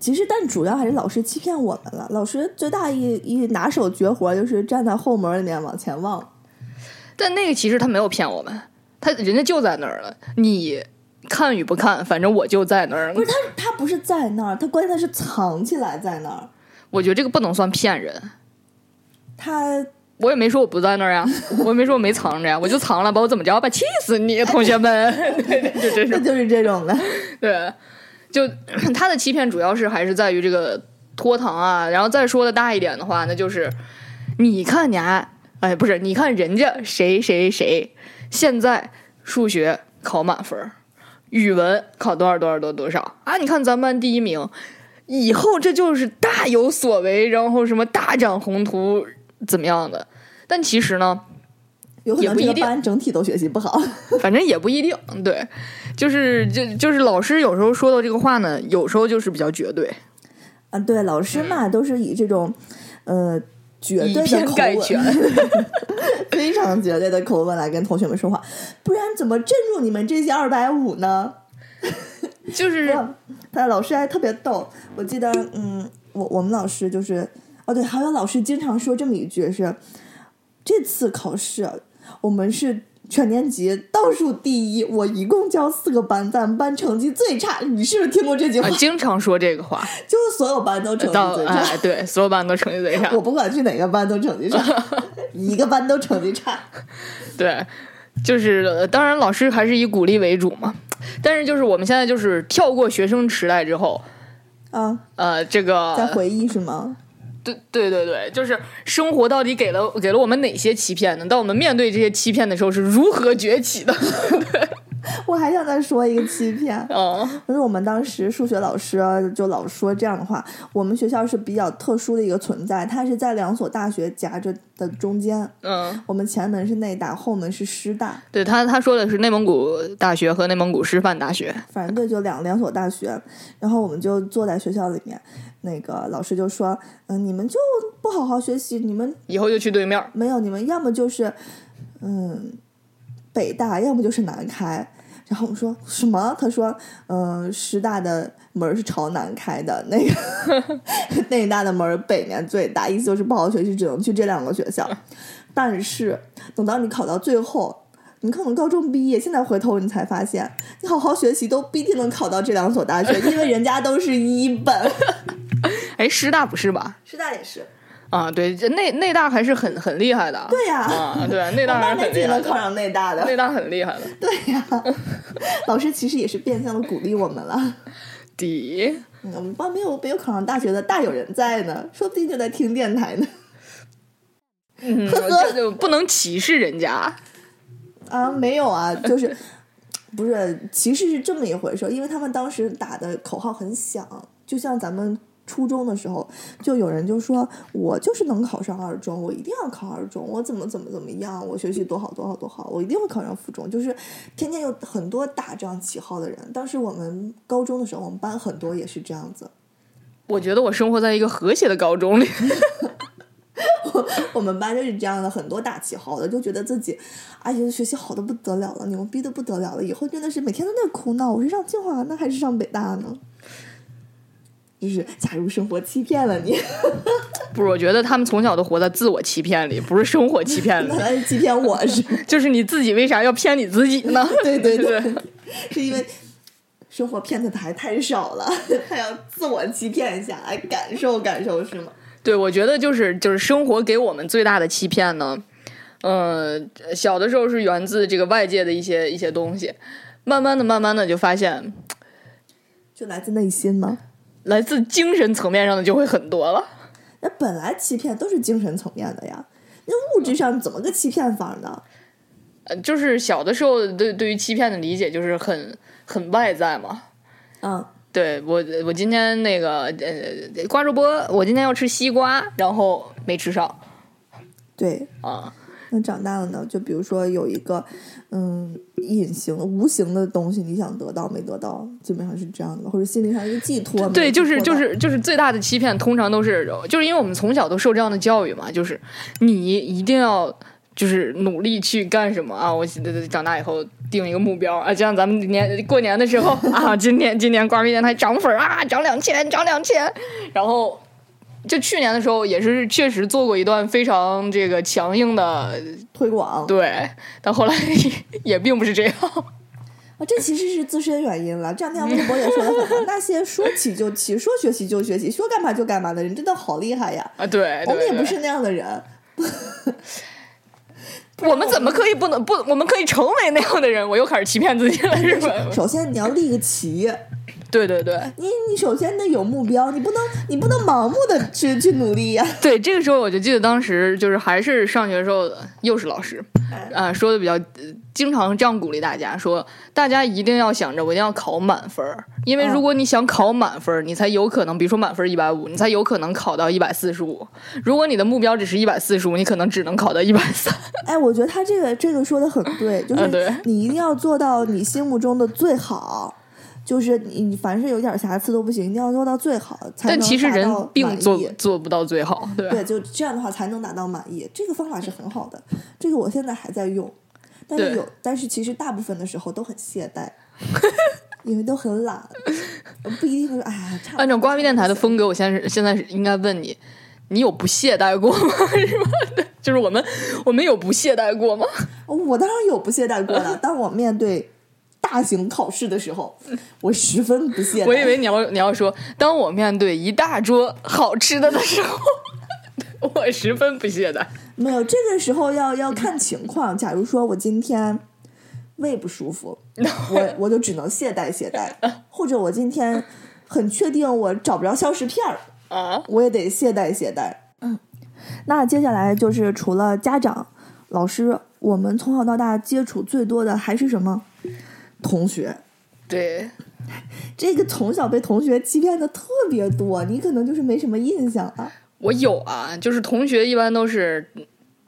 Speaker 4: 其实但主要还是老师欺骗我们了。老师最大一一拿手绝活就是站在后门里面往前望，
Speaker 6: 但那个其实他没有骗我们，他人家就在那儿了。你看与不看，反正我就在那儿。
Speaker 4: 不是他他不是在那儿，他关键他是藏起来在那儿，
Speaker 6: 我觉得这个不能算骗人。
Speaker 4: 他
Speaker 6: 我也没说我不在那儿呀，我也没说我没藏着呀，我就藏了，把我怎么着吧，气死你，同学们！ [laughs] 对对，就这种
Speaker 4: 他。就是这种的。
Speaker 6: 对，就 [clears throat] 他的欺骗主要是还是在于这个拖堂啊，然后再说的大一点的话，那就是你看你啊，哎，不是，你看人家谁谁谁，现在数学考满分儿，语文考多少多少多多少啊，你看咱班第一名，以后这就是大有所为，然后什么大展宏图怎么样的？但其实呢，
Speaker 4: 有可
Speaker 6: 也
Speaker 4: 能
Speaker 6: 不
Speaker 4: 这
Speaker 6: 一
Speaker 4: 个
Speaker 6: 定
Speaker 4: 班整体都学习不好，
Speaker 6: 反正也不一定，对，就是就就是老师有时候说到这个话呢，有时候就是比较绝对，
Speaker 4: 啊，对，老师嘛都是以这种，呃，绝
Speaker 6: 以
Speaker 4: 对的
Speaker 6: 偏
Speaker 4: 口
Speaker 6: 概
Speaker 4: 吻，
Speaker 6: 全
Speaker 4: [laughs] 非常绝对的口吻来跟同学们说话，不然怎么镇住你们这些二百五呢？
Speaker 6: 就是
Speaker 4: 他的老师还特别逗，我记得，嗯，我我们老师就是，哦对，还有老师经常说这么一句是，这次考试我们是。全年级倒数第一，我一共教四个班，咱们班成绩最差。你是不是听过这句话？
Speaker 6: 啊，经常说这个话，
Speaker 4: 就是所有班都成
Speaker 6: 到
Speaker 4: 绩最差。
Speaker 6: 哎，对，所有班都成绩最差
Speaker 4: 我，不管去哪个班都成绩
Speaker 6: [laughs]
Speaker 4: 差，一个班都成绩差。
Speaker 6: 对，就是呃当然老师还是以鼓励为主嘛，但是就是我们现在就是跳过学生时代之后，
Speaker 4: 啊，
Speaker 6: 呃，这个
Speaker 4: 在回忆是吗？
Speaker 6: 对对对对，就是生活到底给了给了我们哪些欺骗呢？当我们面对这些欺骗的时候，是如何崛起的？ [laughs]
Speaker 4: 我还想再说一个欺骗，
Speaker 6: 嗯，
Speaker 4: 就是我们当时数学老师啊就老说这样的话。我们学校是比较特殊的一个存在，它是在两所大学夹着的中间。
Speaker 6: 嗯，
Speaker 4: 我们前门是内大，后门是师大，
Speaker 6: 对他他说的是内蒙古大学和内蒙古师范大学，
Speaker 4: 反正对，就两两所大学。然后我们就坐在学校里面，那个老师就说：“嗯，你们就不好好学习，你们
Speaker 6: 以后就去对面儿。
Speaker 4: 没有，你们要么就是，嗯，北大，要么就是南开。然后我们说什么？他说，嗯、师大的门儿是朝南开的，那
Speaker 6: [laughs]
Speaker 4: 个内大的门儿北面最大，意思就是不好学习只能去这两个学校。
Speaker 6: [laughs]
Speaker 4: 但是等到你考到最后，你可能高中毕业，现在回头你才发现，你好好学习都不一定能考到这两所大学，因为人家都是一
Speaker 6: [laughs]
Speaker 4: 本，
Speaker 6: 哎，师大不是吧？
Speaker 4: 师大也是。
Speaker 6: 啊，对，这内内大还是很很厉害的啊。
Speaker 4: 对呀、
Speaker 6: 啊，对，内
Speaker 4: 我
Speaker 6: 大
Speaker 4: 妈没
Speaker 6: 还是很
Speaker 4: 几
Speaker 6: 厉
Speaker 4: 个
Speaker 6: 害
Speaker 4: 能考
Speaker 6: 的。
Speaker 4: 上内大的，
Speaker 6: 内大很厉害的，
Speaker 4: 对呀、 [laughs] 老师其实也是变相的鼓励我们了。
Speaker 6: 底
Speaker 4: 嗯我们班没有没有考上大学的大有人在呢，说不定就在听电台呢。 [laughs]
Speaker 6: 嗯，这就不能歧视人家。
Speaker 4: 啊，没有啊，就是不是其实是这么一回事儿，因为他们当时打的口号很响，就像咱们。初中的时候，就有人就说：“我就是能考上二中，我一定要考二中，我怎么怎么怎么样，我学习多好多好多好，我一定会考上附中。”就是天天有很多打这样旗号的人。当时我们高中的时候，我们班很多也是这样子。
Speaker 6: 我觉得我生活在一个和谐的高中里， [laughs]
Speaker 4: [laughs] 我们班就是这样的，很多打旗号的，就觉得自己，哎呀，学习好的不得了了，牛逼的不得了了，以后真的是每天都在苦恼，我是上清华呢，还是上北大呢？就是，假如生活欺骗了你， [laughs]
Speaker 6: 不是？我觉得他们从小都活在自我欺骗里，不是生活欺骗里 [laughs]
Speaker 4: 那。来是欺骗我是，
Speaker 6: 就是你自己为啥要骗你自己呢？
Speaker 4: [laughs] 对
Speaker 6: [laughs]
Speaker 4: 对
Speaker 6: 对
Speaker 4: 对，是因为生活骗子的还太少了， [laughs] 还要自我欺骗一下，来感受感受是吗？
Speaker 6: 对，我觉得就是就是生活给我们最大的欺骗呢，呃，小的时候是源自这个外界的一些一些东西，慢慢的慢慢的就发现
Speaker 4: 就来自内心吗？
Speaker 6: 来自精神层面上的就会很多了。
Speaker 4: 那本来欺骗都是精神层面的呀，那物质上怎么个欺骗法呢？
Speaker 6: 呃，就是小的时候对对于欺骗的理解就是很很外在嘛，
Speaker 4: 嗯，
Speaker 6: 对我，我今天那个呃瓜主播，我今天要吃西瓜，然后没吃上
Speaker 4: 对，
Speaker 6: 啊。
Speaker 4: 那长大了呢？就比如说有一个，嗯，隐形、无形的东西，你想得到没得到，基本上是这样的，或者心理上一个寄托。没
Speaker 6: 对，
Speaker 4: 有
Speaker 6: 就是
Speaker 4: 寄
Speaker 6: 就
Speaker 4: 托到
Speaker 6: 是就是最大的欺骗，通常都是就是因为我们从小都受这样的教育嘛，就是你一定要就是努力去干什么啊！我长大以后定一个目标啊，就像咱们年过年的
Speaker 4: [laughs]
Speaker 6: 时候啊，今年今年瓜皮电台涨粉啊，涨两千，涨两千，然后。就去年的时候，也是确实做过一段非常这个强硬的
Speaker 4: 推广。
Speaker 6: 对，但后来 [laughs] 也并不是这样。
Speaker 4: 啊，这其实是自身原因了。这两天微博也说的很好，那些说起就起，说学习就学习，说干嘛就干嘛的人，真的好厉害呀！
Speaker 6: 啊，对，
Speaker 4: 我们
Speaker 6: 对
Speaker 4: 也不
Speaker 6: 对
Speaker 4: 是那样的人，
Speaker 6: 我们怎么可以不能不？我们可以成为那样的人？我又开始欺骗自己了，哎
Speaker 4: [laughs]
Speaker 6: 是吧？
Speaker 4: 首先你要立个旗，
Speaker 6: 对对对
Speaker 4: 你你首先得有目标，你不能你不能盲目的去去努力呀、
Speaker 6: 对，这个时候我就记得当时就是还是上学的时候，又是老师，
Speaker 4: 哎
Speaker 6: 啊、说的比较，呃经常这样鼓励大家说，大家一定要想着我一定要考满分儿，因为
Speaker 4: 嗯
Speaker 6: 如果你想考满分儿，你才有可能，比如说满分一百五，你才有可能考到一百四十五。如果你的目标只是一百四十五，你可能只能考到一百三。
Speaker 4: 哎，我觉得他这个这个说的很对，就
Speaker 6: 嗯对
Speaker 4: 是你一定要做到你心目中的最好，就是你你凡是有点瑕疵都不行，一定要做到最好，才
Speaker 6: 但
Speaker 4: 能
Speaker 6: 其实
Speaker 4: 达
Speaker 6: 人
Speaker 4: 到满
Speaker 6: 并做
Speaker 4: 意
Speaker 6: 做不到最好，对吧
Speaker 4: 对，就这样的话才能达到满意。这个方法是很好的，这个我现在还在用，但是
Speaker 6: 对
Speaker 4: 有，但是其实大部分的时候都很懈怠，因为都很懒，不一定会哎。差不多
Speaker 6: [laughs] 按照瓜皮电台的
Speaker 4: 就行
Speaker 6: 风格，我现在是现在是应该问你，你有不懈怠过吗？ [laughs] 是吧？就是我们我们有不懈怠过吗？
Speaker 4: 我当然有不懈怠过了。当我面对大型考试的时候，我十分不懈怠。
Speaker 6: 我以为你要你要说，当我面对一大桌好吃的的时候， [laughs] 我十分不懈怠。
Speaker 4: 没有，这个时候要要看情况。假如说我今天胃不舒服，我我就只能懈怠懈怠，或者我今天很确定我找不着消食片儿
Speaker 6: 啊，
Speaker 4: 我也得懈怠懈怠。嗯，那接下来就是除了家长、老师，我们从小到大接触最多的还是什么？同学。
Speaker 6: 对，
Speaker 4: 这个从小被同学欺骗的特别多，你可能就是没什么印象啊。
Speaker 6: 我有啊，就是同学一般都是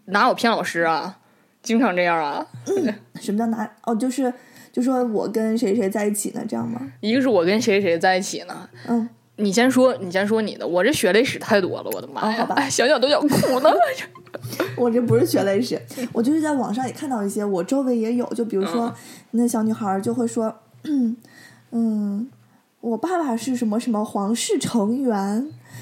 Speaker 6: 哪有骗老师啊，经常这样啊。
Speaker 4: 什么叫拿？哦，就是就说我跟谁谁在一起呢，这样吗？
Speaker 6: 一个是我跟谁谁在一起呢，
Speaker 4: 嗯，
Speaker 6: 你先说，你先说你的，我这血泪史太多了，我的妈
Speaker 4: 哦
Speaker 6: 呀
Speaker 4: 好吧，
Speaker 6: 哎想想都想
Speaker 4: [laughs]
Speaker 6: 哭呢。
Speaker 4: 我这不是学历史，我就是在网上也看到一些，我周围也有，就比如说、那小女孩儿就会说，嗯嗯，我爸爸是什么什么皇室成员，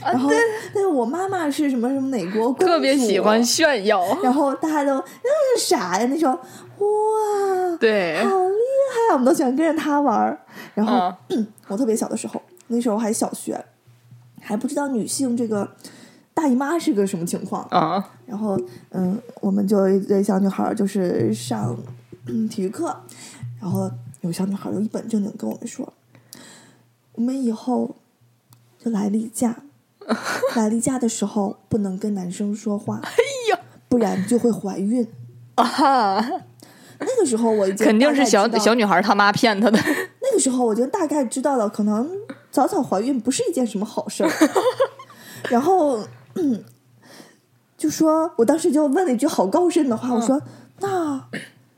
Speaker 4: 然后但是我妈妈是什么什么哪国公主，
Speaker 6: 啊特别喜欢炫耀，
Speaker 4: 然后大家都那是啥呀？那种哇，
Speaker 6: [laughs] 对
Speaker 4: 好厉害！我们都喜欢跟着他玩儿。然后、
Speaker 6: 啊
Speaker 4: 我特别小的时候，那时候还小学，还不知道女性这个大姨妈是个什么情况。
Speaker 6: [laughs] 啊，
Speaker 4: 然后，嗯，我们就有一对小女孩儿就是上、嗯、体育课，然后有小女孩儿就一本正经跟我们说，我们以后就来例假，
Speaker 6: [laughs]
Speaker 4: 来例假的时候不能跟男生说话，
Speaker 6: 哎
Speaker 4: 不然就会怀孕。
Speaker 6: 啊
Speaker 4: 那个时候我已经
Speaker 6: 肯定
Speaker 4: 大
Speaker 6: 是
Speaker 4: 概
Speaker 6: 小
Speaker 4: 知道
Speaker 6: 小女孩她妈骗 [laughs] 她的，
Speaker 4: 那个时候我就大概知道了，可能早早怀孕不是一件什么好事儿。然后、嗯就说，我当时就问了一句好高深的话，我说：“那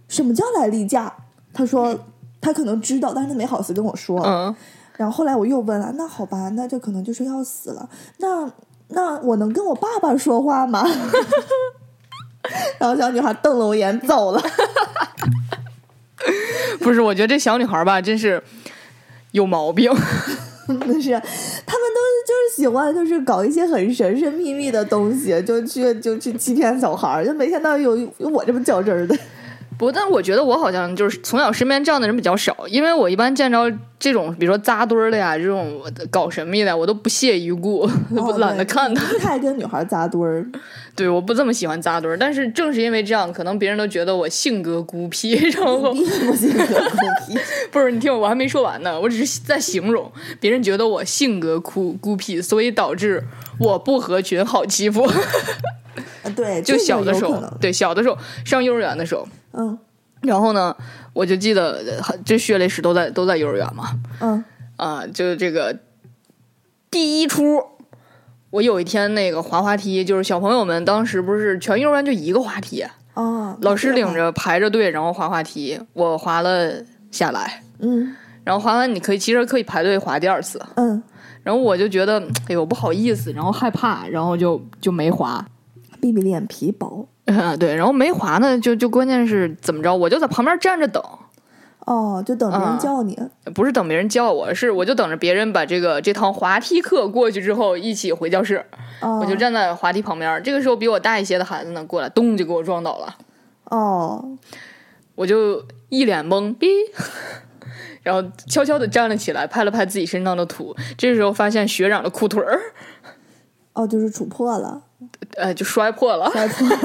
Speaker 4: 什么叫来例假？”他说他可能知道，但是他没好意思跟我说。
Speaker 6: 嗯，
Speaker 4: 然后后来我又问了，那好吧，那这可能就是要死了。那那我能跟我爸爸说话吗？ [laughs] 然后小女孩瞪了我一眼，走了。
Speaker 6: 不是，我觉得这小女孩吧，真是有毛病，
Speaker 4: 不是，他们都就是喜欢就是搞一些很神神秘秘的东西，就去就去欺骗小孩儿，就没想到有有我这么较真儿的。 [laughs]
Speaker 6: 不，但我觉得我好像就是从小身边这样的人比较少，因为我一般见着这种，比如说扎堆儿的呀，这种搞神秘的，我都不屑一顾，我懒得看他。
Speaker 4: 他，太跟女孩扎堆
Speaker 6: [laughs]
Speaker 4: 儿。
Speaker 6: 对，我不这么喜欢扎堆儿，但是正是因为这样，可能别人都觉得我性格孤僻， [laughs] 然后
Speaker 4: 你不信可不信
Speaker 6: 不是你听我，我还没说完呢，我只是在形容别人觉得我性格孤孤僻，所以导致我不合群，好欺负。 [laughs]
Speaker 4: 啊对，这
Speaker 6: 就
Speaker 4: 个
Speaker 6: 小的
Speaker 4: 有
Speaker 6: 时
Speaker 4: 可
Speaker 6: 候
Speaker 4: 能，
Speaker 6: 对小的时候上幼儿园的时候，
Speaker 4: 嗯
Speaker 6: 然后呢，我就记得呃这血泪史都在都在幼儿园嘛，
Speaker 4: 嗯，
Speaker 6: 啊，就是这个第一出，我有一天那个滑滑梯，就是小朋友们当时不是全幼儿园就一个滑梯，
Speaker 4: 啊，
Speaker 6: 老师领
Speaker 4: 这样，
Speaker 6: 着排着队，然后滑滑梯，我滑了下来，
Speaker 4: 嗯
Speaker 6: 然后滑完你可以其实可以排队滑第二次，
Speaker 4: 嗯，
Speaker 6: 然后我就觉得哎呦不好意思，
Speaker 5: 然后害怕，然后就就没滑。
Speaker 4: 比比脸皮薄
Speaker 6: [laughs] 啊，对，然后没滑呢，就就关键是怎么着，我就在旁边站着等，
Speaker 4: 哦，就等别人
Speaker 6: 啊
Speaker 4: 叫你，
Speaker 6: 不是等别人叫我，是我就等着别人把这个这堂滑梯课过去之后一起回教室，
Speaker 4: 哦，
Speaker 6: 我就站在滑梯旁边。这个时候比我大一些的孩子呢过来，咚就给我撞倒了，
Speaker 4: 哦，
Speaker 6: 我就一脸懵逼， [laughs] 然后悄悄的站了起来，拍了拍自己身上的土。这时候发现学长的裤腿儿，
Speaker 4: 哦，就是杵破了，
Speaker 6: 呃，就摔破了。
Speaker 4: 摔破了
Speaker 6: [laughs]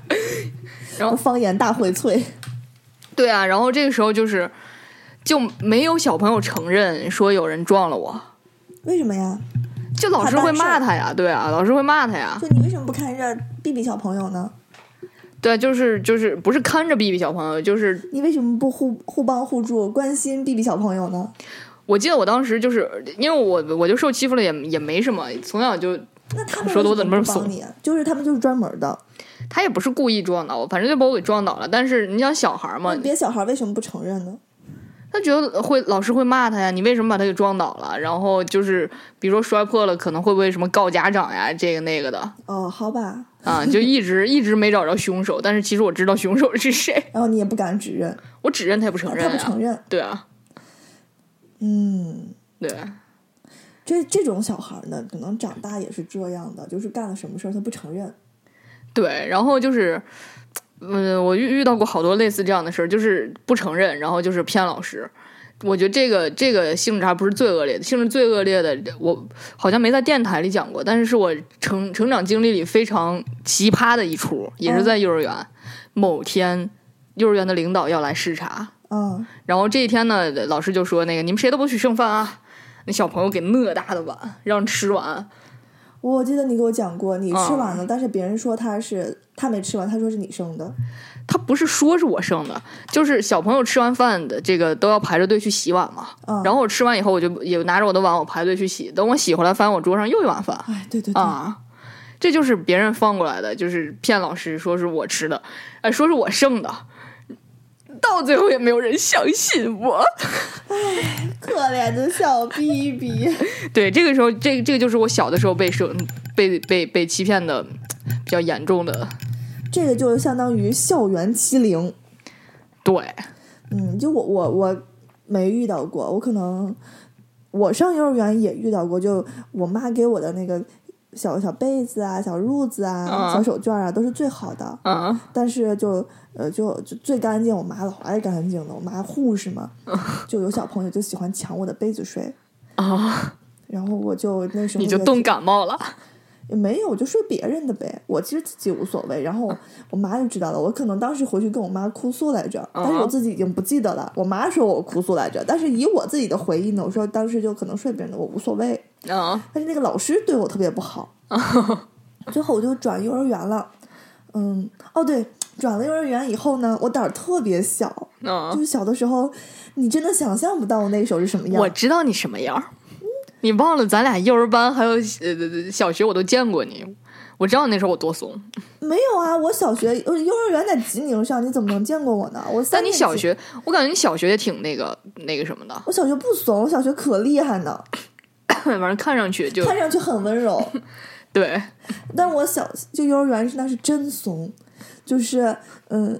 Speaker 4: [laughs]
Speaker 6: 然后
Speaker 4: 方言大荟萃，
Speaker 6: 对啊，然后这个时候就是就没有小朋友承认说有人撞了我，
Speaker 4: 为什么呀？
Speaker 6: 就老师会骂他呀，对啊，老师会骂他呀。
Speaker 4: 就你为什么不看着 B B 小朋友呢？
Speaker 6: 对，啊就是就是不是看着 B B 小朋友，就是
Speaker 4: 你为什么不互互帮互助，关心 B B 小朋友呢？
Speaker 6: 我记得我当时就是因为我我就受欺负了也也没什么，从小就
Speaker 4: 那他们
Speaker 6: 说得
Speaker 4: 为
Speaker 6: 我
Speaker 4: 什
Speaker 6: 怎
Speaker 4: 么
Speaker 6: 么这么
Speaker 4: 不帮
Speaker 6: 怂啊
Speaker 4: 你啊？就是他们就是专门的，
Speaker 6: 他也不是故意撞倒我，反正就把我给撞倒了。但是你想小孩儿嘛
Speaker 4: 那，别小孩为什么不承认呢？
Speaker 6: 他觉得会老师会骂他呀，你为什么把他给撞倒了？然后就是比如说摔破了，可能会不会什么告家长呀，这个那个的
Speaker 4: 哦，好吧，
Speaker 6: [laughs] 啊，就一直一直没找着凶手。但是其实我知道凶手是谁，
Speaker 4: 然后你也不敢指认，
Speaker 6: 我指认他也不承认、
Speaker 4: 他不
Speaker 6: 啊，
Speaker 4: 承认，
Speaker 6: 对啊，
Speaker 4: 嗯。
Speaker 6: 对啊，
Speaker 4: 这这种小孩儿呢，可能长大也是这样的，就是干了什么事儿他不承认。
Speaker 6: 对，然后就是，嗯，我遇遇到过好多类似这样的事儿，就是不承认，然后就是骗老师。我觉得这个这个性质还不是最恶劣的，性质最恶劣的，我好像没在电台里讲过，但是是我成成长经历里非常奇葩的一出，也
Speaker 4: 嗯
Speaker 6: 是在幼儿园。某天，幼儿园的领导要来视察，
Speaker 4: 嗯，
Speaker 6: 然后这一天呢，老师就说那个你们谁都不许剩饭啊！那小朋友给那大的碗让吃完，
Speaker 4: 我记得你给我讲过，你吃
Speaker 6: 啊
Speaker 4: 完了，但是别人说他是他没吃完，他说是你生的。
Speaker 6: 他不是说是我剩的，就是小朋友吃完饭的这个都要排着队去洗碗嘛。
Speaker 4: 嗯
Speaker 6: 然后我吃完以后，我就也拿着我的碗，我排队去洗。等我洗回来，发现我桌上又一碗饭
Speaker 4: 哎，对对对，
Speaker 6: [laughs] 啊、这就是别人放过来的，就是骗老师说是我吃的，哎、说是我剩的，到最后也没有人相信我。
Speaker 4: 可怜的小 B B，
Speaker 6: 对，这个时候，这个、这个就是我小的时候被受被被被欺骗的比较严重的。
Speaker 4: 这个就相当于校园欺凌。
Speaker 6: 对，
Speaker 4: 嗯，就我我我没遇到过，我可能我上幼儿园也遇到过，就我妈给我的那个小小被子啊、小褥子啊、
Speaker 6: 啊
Speaker 4: 小手绢啊，都是最好的。
Speaker 6: 嗯，
Speaker 4: 但是就呃就就最干净，我妈老爱干净的，我妈护士嘛，就有小朋友就喜欢抢我的杯子睡
Speaker 6: 啊，
Speaker 4: 然后我就那时候
Speaker 6: 你就
Speaker 4: 也
Speaker 6: 冻感冒了。
Speaker 4: 也没有，我就睡别人的呗，我其实自己无所谓。然后我妈就知道了，我可能当时回去跟我妈哭诉来着，
Speaker 6: 嗯
Speaker 4: 但是我自己已经不记得了。我妈说我哭诉来着，但是以我自己的回忆呢，我说当时就可能睡别人的，我无所谓。
Speaker 6: 嗯
Speaker 4: 但是那个老师对我特别不好，最后我就转幼儿园了。嗯，哦对，转了幼儿园以后呢，我胆儿特别小，
Speaker 6: 嗯
Speaker 4: 就。是小的时候，你真的想象不到我那时候是什么样。
Speaker 6: 我知道你什么样儿，你忘了咱俩幼儿班还有呃小学我都见过你，我知道那时候我多怂。
Speaker 4: 没有啊，我小学呃幼儿园在吉宁上，你怎么能见过我呢？我三
Speaker 6: 但你
Speaker 4: 年级
Speaker 6: 小，学，我感觉你小学也挺那个那个什么的，
Speaker 4: 我小学不怂，我小学可厉害呢，
Speaker 6: 反正看上去就
Speaker 4: 看上去很温柔，
Speaker 6: 对，
Speaker 4: 但我小就幼儿园是那是真怂，就是嗯，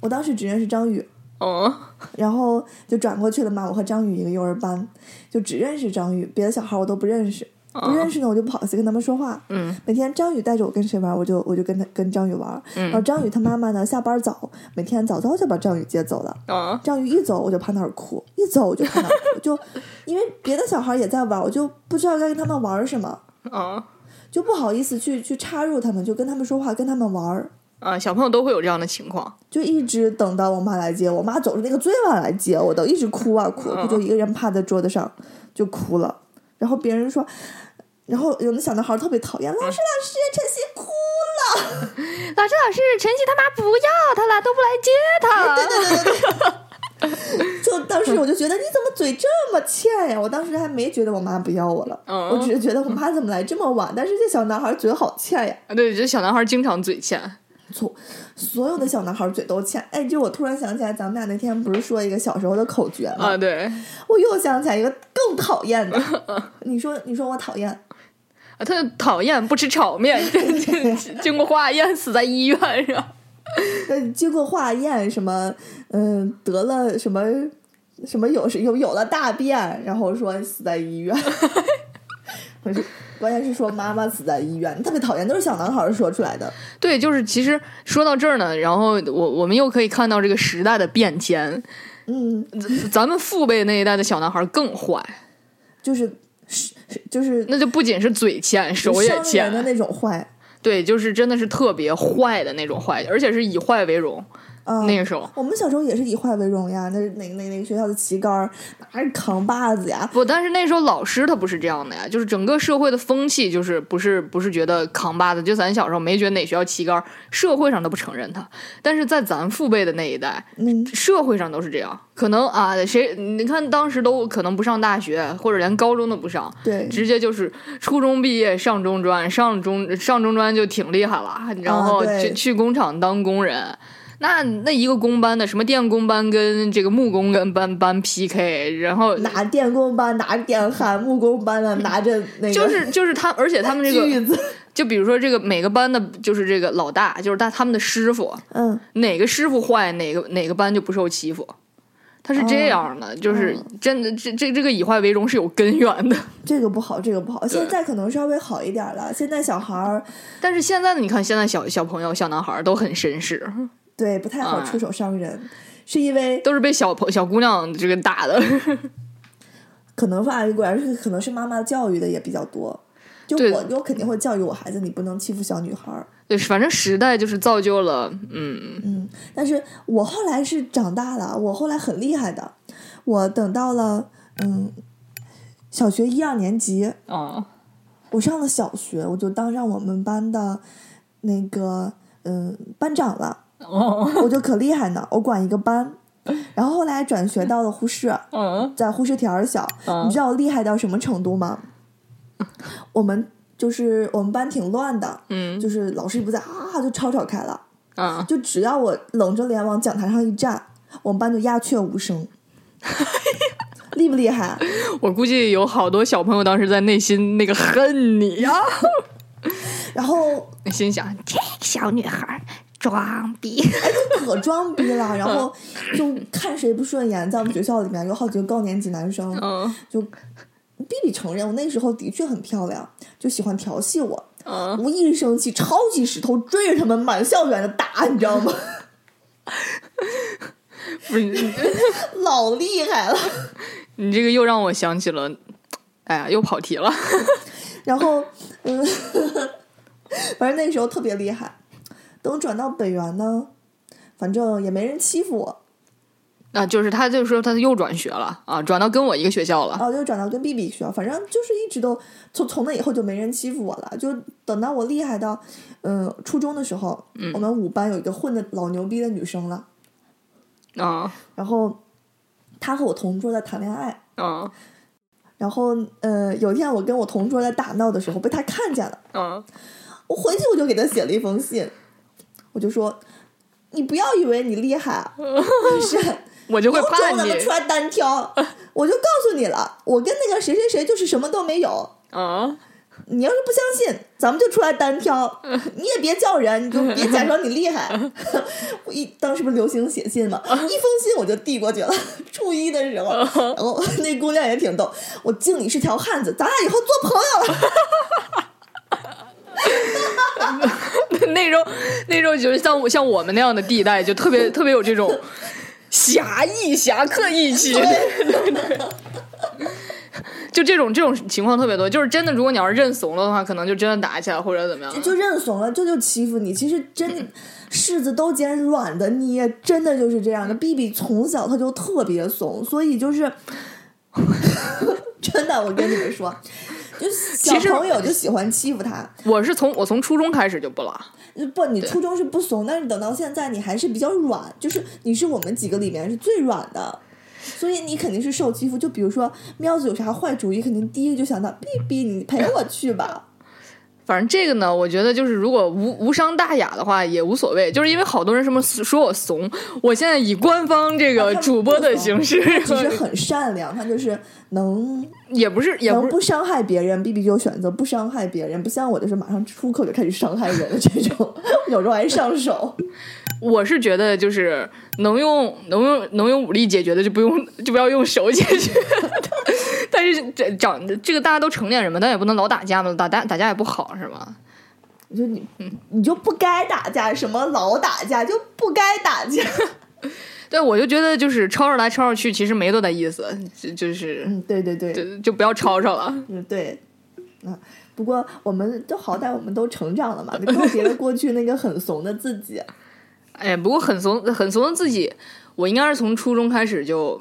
Speaker 4: 我当时只认识张宇，
Speaker 6: 嗯
Speaker 4: 然后就转过去了嘛。我和张宇一个幼儿班，就只认识张宇，别的小孩我都不认识。不认识呢，我就不好意思跟他们说话。
Speaker 6: 嗯，
Speaker 4: 每天张宇带着我跟谁玩，我就我就跟他跟张宇玩。然后张宇他妈妈呢，下班早，每天早早就把张宇接走了。
Speaker 6: 嗯
Speaker 4: 张宇一走我就趴那儿哭，一走我就趴那儿哭， [laughs] 就因为别的小孩也在玩，我就不知道该跟他们玩什么，
Speaker 6: 嗯
Speaker 4: 就不好意思去去插入他们，就跟他们说话，跟他们玩儿。
Speaker 6: 啊，小朋友都会有这样的情况。
Speaker 4: 就一直等到我妈来接我，妈总是那个最晚来接我的，一直哭啊哭，
Speaker 6: 嗯
Speaker 4: 我就一个人趴在桌子上就哭了。然后别人说，然后有的小男孩特别讨厌，老师老师，晨曦哭了，
Speaker 6: [laughs] 老师老师，晨曦他妈不要他了，都不来接他。
Speaker 4: [laughs] 就当时是我就觉得你怎么嘴这么欠呀？我当时还没觉得我妈不要我了，
Speaker 6: 嗯
Speaker 4: 我只是觉得我妈怎么来这么晚？但是这小男孩嘴好欠呀，
Speaker 6: 啊对，这小男孩经常嘴欠，
Speaker 4: 错，所有的小男孩嘴都欠。哎，这我突然想起来，咱们俩那天不是说一个小时候的口诀吗？
Speaker 6: 啊，对
Speaker 4: 我又想起来一个更讨厌的，
Speaker 6: [laughs]
Speaker 4: 你说你说我讨厌，
Speaker 6: 啊，他讨厌不吃炒面，经过化验死在医院是吧？
Speaker 4: 呃，经过化验什么，嗯、得了什么什么有有有了大便，然后说死在医院。我是关键是说妈妈死在医院，特别讨厌，都是小男孩儿说出来的。
Speaker 6: [laughs] 对，就是其实说到这儿呢，然后我我们又可以看到这个时代的变迁，
Speaker 4: 嗯，
Speaker 6: 咱咱们父辈那一代的小男孩更坏，
Speaker 4: 就是是是就是
Speaker 6: 那就不仅是嘴欠，手也
Speaker 4: 伤人的
Speaker 6: 欠，
Speaker 4: 那种坏。
Speaker 6: 对，就是真的是特别坏的那种坏，而且是以坏为荣。
Speaker 4: 嗯、
Speaker 6: 那个时候
Speaker 4: 我们小时候也是以坏为荣呀，那是哪哪哪个学校的旗杆儿拿着扛把子呀，
Speaker 6: 不，但是那时候老师他不是这样的呀，就是整个社会的风气就是不是不是觉得扛把子，就咱小时候没觉得哪学校旗杆儿，社会上都不承认他，但是在咱父辈的那一代，
Speaker 4: 嗯，
Speaker 6: 社会上都是这样，可能啊谁你看当时都可能不上大学，或者连高中都不上，
Speaker 4: 对，
Speaker 6: 直接就是初中毕业上中专，上中上中专就挺厉害了，然后
Speaker 4: 啊
Speaker 6: 去、
Speaker 4: 对
Speaker 6: 去工厂当工人。那那一个工班的，什么电工班跟这个木工跟班班 PK，然后
Speaker 4: 拿电工班拿着电焊，木工班的拿着那个
Speaker 6: 就是就是他，而且他们这
Speaker 4: 锯
Speaker 6: 个， [laughs]
Speaker 4: 子，
Speaker 6: 就比如说这个每个班的，就是这个老大，就是大他们的师傅，
Speaker 4: 嗯。
Speaker 6: 哪个师傅坏，哪个哪个班就不受欺负。他是这样的，就是真的，这这这个以坏为荣是有根源的。
Speaker 4: 这个不好，这个不好。现在可能稍微好一点了。现在小孩儿
Speaker 6: 但是现在呢，你看现在小小朋友、小男孩儿都很绅士，
Speaker 4: 对不太好
Speaker 6: 啊
Speaker 4: 出手伤人，是因为
Speaker 6: 都是被小朋小姑娘这个打的。 [laughs]
Speaker 4: 可能吧，果然是可能是妈妈教育的也比较多。就
Speaker 6: 对
Speaker 4: 我我肯定会教育我孩子，你不能欺负小女孩儿。
Speaker 6: 对，反正时代就是造就了，嗯，
Speaker 4: 嗯，但是我后来是长大了，我后来很厉害的。我等到了嗯小学一二年级，
Speaker 5: 啊，
Speaker 4: 我上了小学，我就当上我们班的那个嗯班长了。
Speaker 5: 哦，
Speaker 4: 我就可厉害呢，我管一个班。然后后来转学到了呼市，
Speaker 5: 嗯，
Speaker 4: 在呼市田儿小，
Speaker 5: 嗯
Speaker 4: 你知道我厉害到什么程度吗？我们就是我们班挺乱的，
Speaker 6: 嗯
Speaker 4: 就是老师一不在啊，就吵吵开了。
Speaker 6: 啊，
Speaker 4: 就只要我冷着脸往讲台上一站，我们班就鸦雀无声， [laughs] 厉不厉害？啊
Speaker 6: 我估计有好多小朋友当时在内心那个恨你呀、
Speaker 4: 然后
Speaker 6: 心想这小女孩儿装逼。
Speaker 4: 可装逼了，然后就看谁不顺眼，在我们学校里面有好几个高年级男生，
Speaker 6: 嗯
Speaker 4: 就必必承认，我那时候的确很漂亮，就喜欢调戏我。
Speaker 6: 嗯，
Speaker 4: 无一生气，抄起石头追着他们满校园的打，你知道吗？ [laughs]
Speaker 6: 不是。
Speaker 4: 老厉害了。
Speaker 6: 你这个又让我想起了，哎呀，又跑题了。
Speaker 4: 然后，嗯， [laughs] 反正那时候特别厉害。等转到北园呢，反正也没人欺负我，
Speaker 6: 啊，就是他就说他又转学了啊，转到跟我一个学校了。
Speaker 4: 然后就转到跟 B B 学校，反正就是一直都从从那以后就没人欺负我了。就等到我厉害到，嗯、初中的时候，
Speaker 6: 嗯
Speaker 4: 我们五班有一个混的老牛逼的女生了，
Speaker 6: 啊
Speaker 4: 然后她和我同桌在谈恋爱，
Speaker 6: 啊
Speaker 4: 然后呃有一天我跟我同桌在打闹的时候被她看见了，
Speaker 6: 啊！
Speaker 4: 我回去我就给她写了一封信，我就说你不要以为你厉害
Speaker 6: [laughs]
Speaker 4: 啊，但是。
Speaker 6: 我就会
Speaker 4: 有种
Speaker 6: 怕
Speaker 4: 咱
Speaker 6: 你
Speaker 4: 们出来单
Speaker 6: [laughs]
Speaker 4: 挑，我就告诉你了，我跟那个谁谁谁就是什么都没有，
Speaker 6: 啊！
Speaker 4: 你要是不相信，咱们就出来单挑，
Speaker 6: 嗯
Speaker 4: 你也别叫人，你就别假装你厉害。我 [laughs] 一当时不是流行写信嘛，
Speaker 6: 嗯
Speaker 4: 一封信我就递过去了。 [laughs] 初一的时候，然后 [laughs] 那姑娘也挺逗，我敬你是条汉子，咱俩以后做朋友
Speaker 6: [laughs]
Speaker 4: 了。
Speaker 6: [laughs] 那时候那时候就是像我像我们那样的地带，就特别特别有这
Speaker 4: [laughs]
Speaker 6: 种侠义侠客义气。就这种这种情况特别多，就是真的，如果你要是认怂了的话，可能就真的打起来或者怎么样。
Speaker 4: 就认怂了，这就欺负你。其实真的柿子都捡软的捏，真的就是这
Speaker 6: 嗯
Speaker 4: 样的。B B 从小他就特别怂，所以就是 [laughs] 真的，我跟你们说，就小
Speaker 6: 其实
Speaker 4: 朋友就喜欢欺负他。
Speaker 6: 我是从我从初中开始就不拉，
Speaker 4: 不，你初中是不怂，但是等到现在你还是比较软，就是你是我们几个里面是最软的。所以你肯定是受欺负。就比如说喵子有啥坏主意，肯定第一个就想到 B B，你陪我去
Speaker 6: [laughs]
Speaker 4: 吧。
Speaker 6: 反正这个呢，我觉得就是如果无无伤大雅的话也无所谓，就是因为好多人什么说我怂，我现在以官方这
Speaker 4: 啊他
Speaker 6: 个
Speaker 4: 们
Speaker 6: 主播的
Speaker 4: 不怂
Speaker 6: 形式，
Speaker 4: 其实很善良，他就是能
Speaker 6: 也不 [laughs] 是也不
Speaker 4: 能
Speaker 6: 是
Speaker 4: 不伤害别人，B B 就选择不伤害别人，不像我就是马上出口就开始伤害人的这种，有时候还上手。
Speaker 6: 我是觉得就是能用能用能用武力解决的就不用就不要用手解决。但是这长这个大家都成年人嘛，但也不能老打架嘛，打架打架也不好是吧？
Speaker 4: 我说你，你就不该打架，什么老打架就不该打架。
Speaker 6: 对，我就觉得就是吵吵来吵吵去，其实没多大意思，就就是
Speaker 4: 嗯，对对对，
Speaker 6: 就就不要吵吵了。
Speaker 4: 嗯对，嗯。不过我们都好歹我们都成长了嘛，就告别了过去那个很怂的自
Speaker 6: [laughs]
Speaker 4: 己。
Speaker 6: 哎，不过很怂很怂的自己，我应该是从初中开始就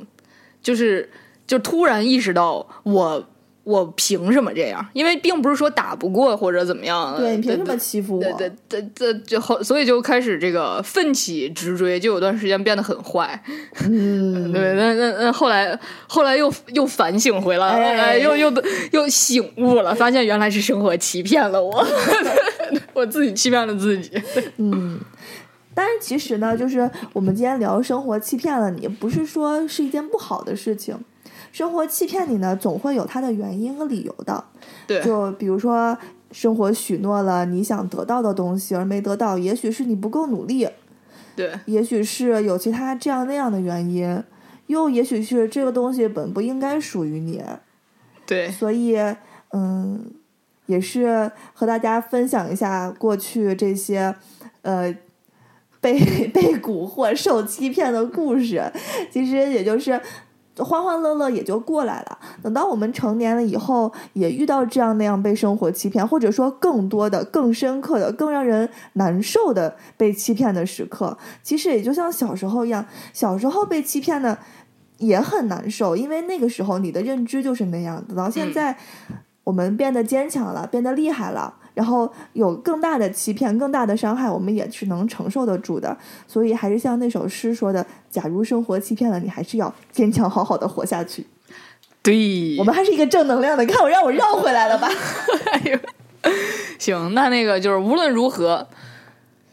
Speaker 6: 就是就突然意识到我。我凭什么这样？因为并不是说打不过或者怎么样。
Speaker 4: 对你凭什
Speaker 6: 嗯对
Speaker 4: 么欺负我？
Speaker 6: 对对对对，就后，所以就开始这个奋起直追，就有段时间变得很坏。
Speaker 4: 嗯，
Speaker 6: [laughs] 对，那那那后来后来又又反省回来，
Speaker 4: 哎
Speaker 6: 哎，又又又醒悟了，发现原来是生活欺骗
Speaker 4: [laughs]
Speaker 6: 了我，我自己欺骗了自己。
Speaker 4: 嗯但是其实呢，就是我们今天聊生活欺骗了你，不是说是一件不好的事情。生活欺骗你呢，总会有它的原因和理由的。
Speaker 6: 对，
Speaker 4: 就比如说，生活许诺了你想得到的东西而没得到，也许是你不够努力，
Speaker 6: 对，
Speaker 4: 也许是有其他这样那样的原因，又也许是这个东西本不应该属于你。
Speaker 6: 对，
Speaker 4: 所以，嗯，也是和大家分享一下过去这些，呃， [laughs] 被 [laughs] 被蛊惑、受欺骗的故事。其实也就是欢欢乐乐也就过来了。等到我们成年了以后，也遇到这样那样被生活欺骗，或者说更多的、更深刻的、更让人难受的被欺骗的时刻。其实也就像小时候一样，小时候被欺骗的。也很难受，因为那个时候你的认知就是那样。等到现在，我们变得坚强了，变得厉害了，然后有更大的欺骗、更大的伤害，我们也是能承受得住的。所以，还是像那首诗说的：“假如生活欺骗了你，还是要坚强，好好的活下去。”
Speaker 6: 对
Speaker 4: 我们还是一个正能量的，看我让我绕回来了吧。
Speaker 6: 哎行，那那个就是无论如何，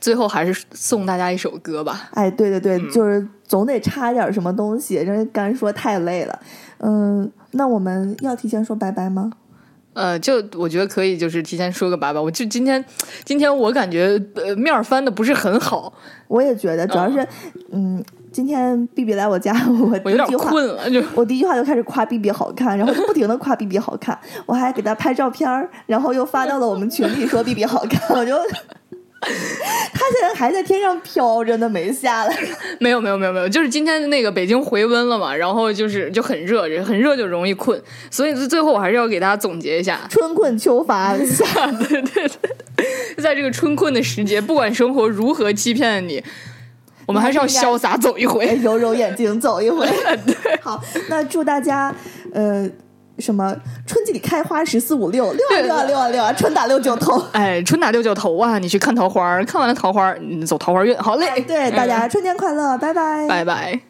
Speaker 6: 最后还是送大家一首歌吧。
Speaker 4: 哎，对对对，就是总得插点什么东西，人家干说太累了。嗯，那我们要提前说拜拜吗？
Speaker 6: 呃，就我觉得可以，就是提前说个拜拜。我就今天，今天我感觉呃面儿翻的不是很好，
Speaker 4: 我也觉得，主要是，嗯，今天 B B 来我家， [laughs] 我
Speaker 6: 我
Speaker 4: 第
Speaker 6: 有
Speaker 4: 一
Speaker 6: 点
Speaker 4: 句话，
Speaker 6: 困了，就
Speaker 4: 我第一句话就开始夸 B B 好看，然后就不停的夸 B B 好看，我还给他拍照片儿，然后又发到了我们群里说 B B 好看， [laughs] 我就，他现在还在天上飘着呢，没下来。，
Speaker 6: 没有没有没有没有，就是今天那个北京回温了嘛，然后就是就很热，很热就容易困，所以最后我还是要给大家总结一下 [laughs]
Speaker 4: 春困秋乏，夏
Speaker 6: 对对对，在这个春困的时节，不管生活如何欺骗你，我们还是要潇洒走一
Speaker 4: 哎
Speaker 6: 回。
Speaker 4: 揉揉眼睛走一
Speaker 6: [laughs]
Speaker 4: 回。好，那祝大家，呃，什么春季里开花十四五六六啊六啊六啊六啊，春打六九头。
Speaker 6: 哎，春打六九头啊！你
Speaker 4: 啊
Speaker 6: 去看桃花儿，看完了桃花儿，你走桃花运。好嘞，嗯
Speaker 4: 对，大家春天快乐，拜拜。
Speaker 6: 拜拜。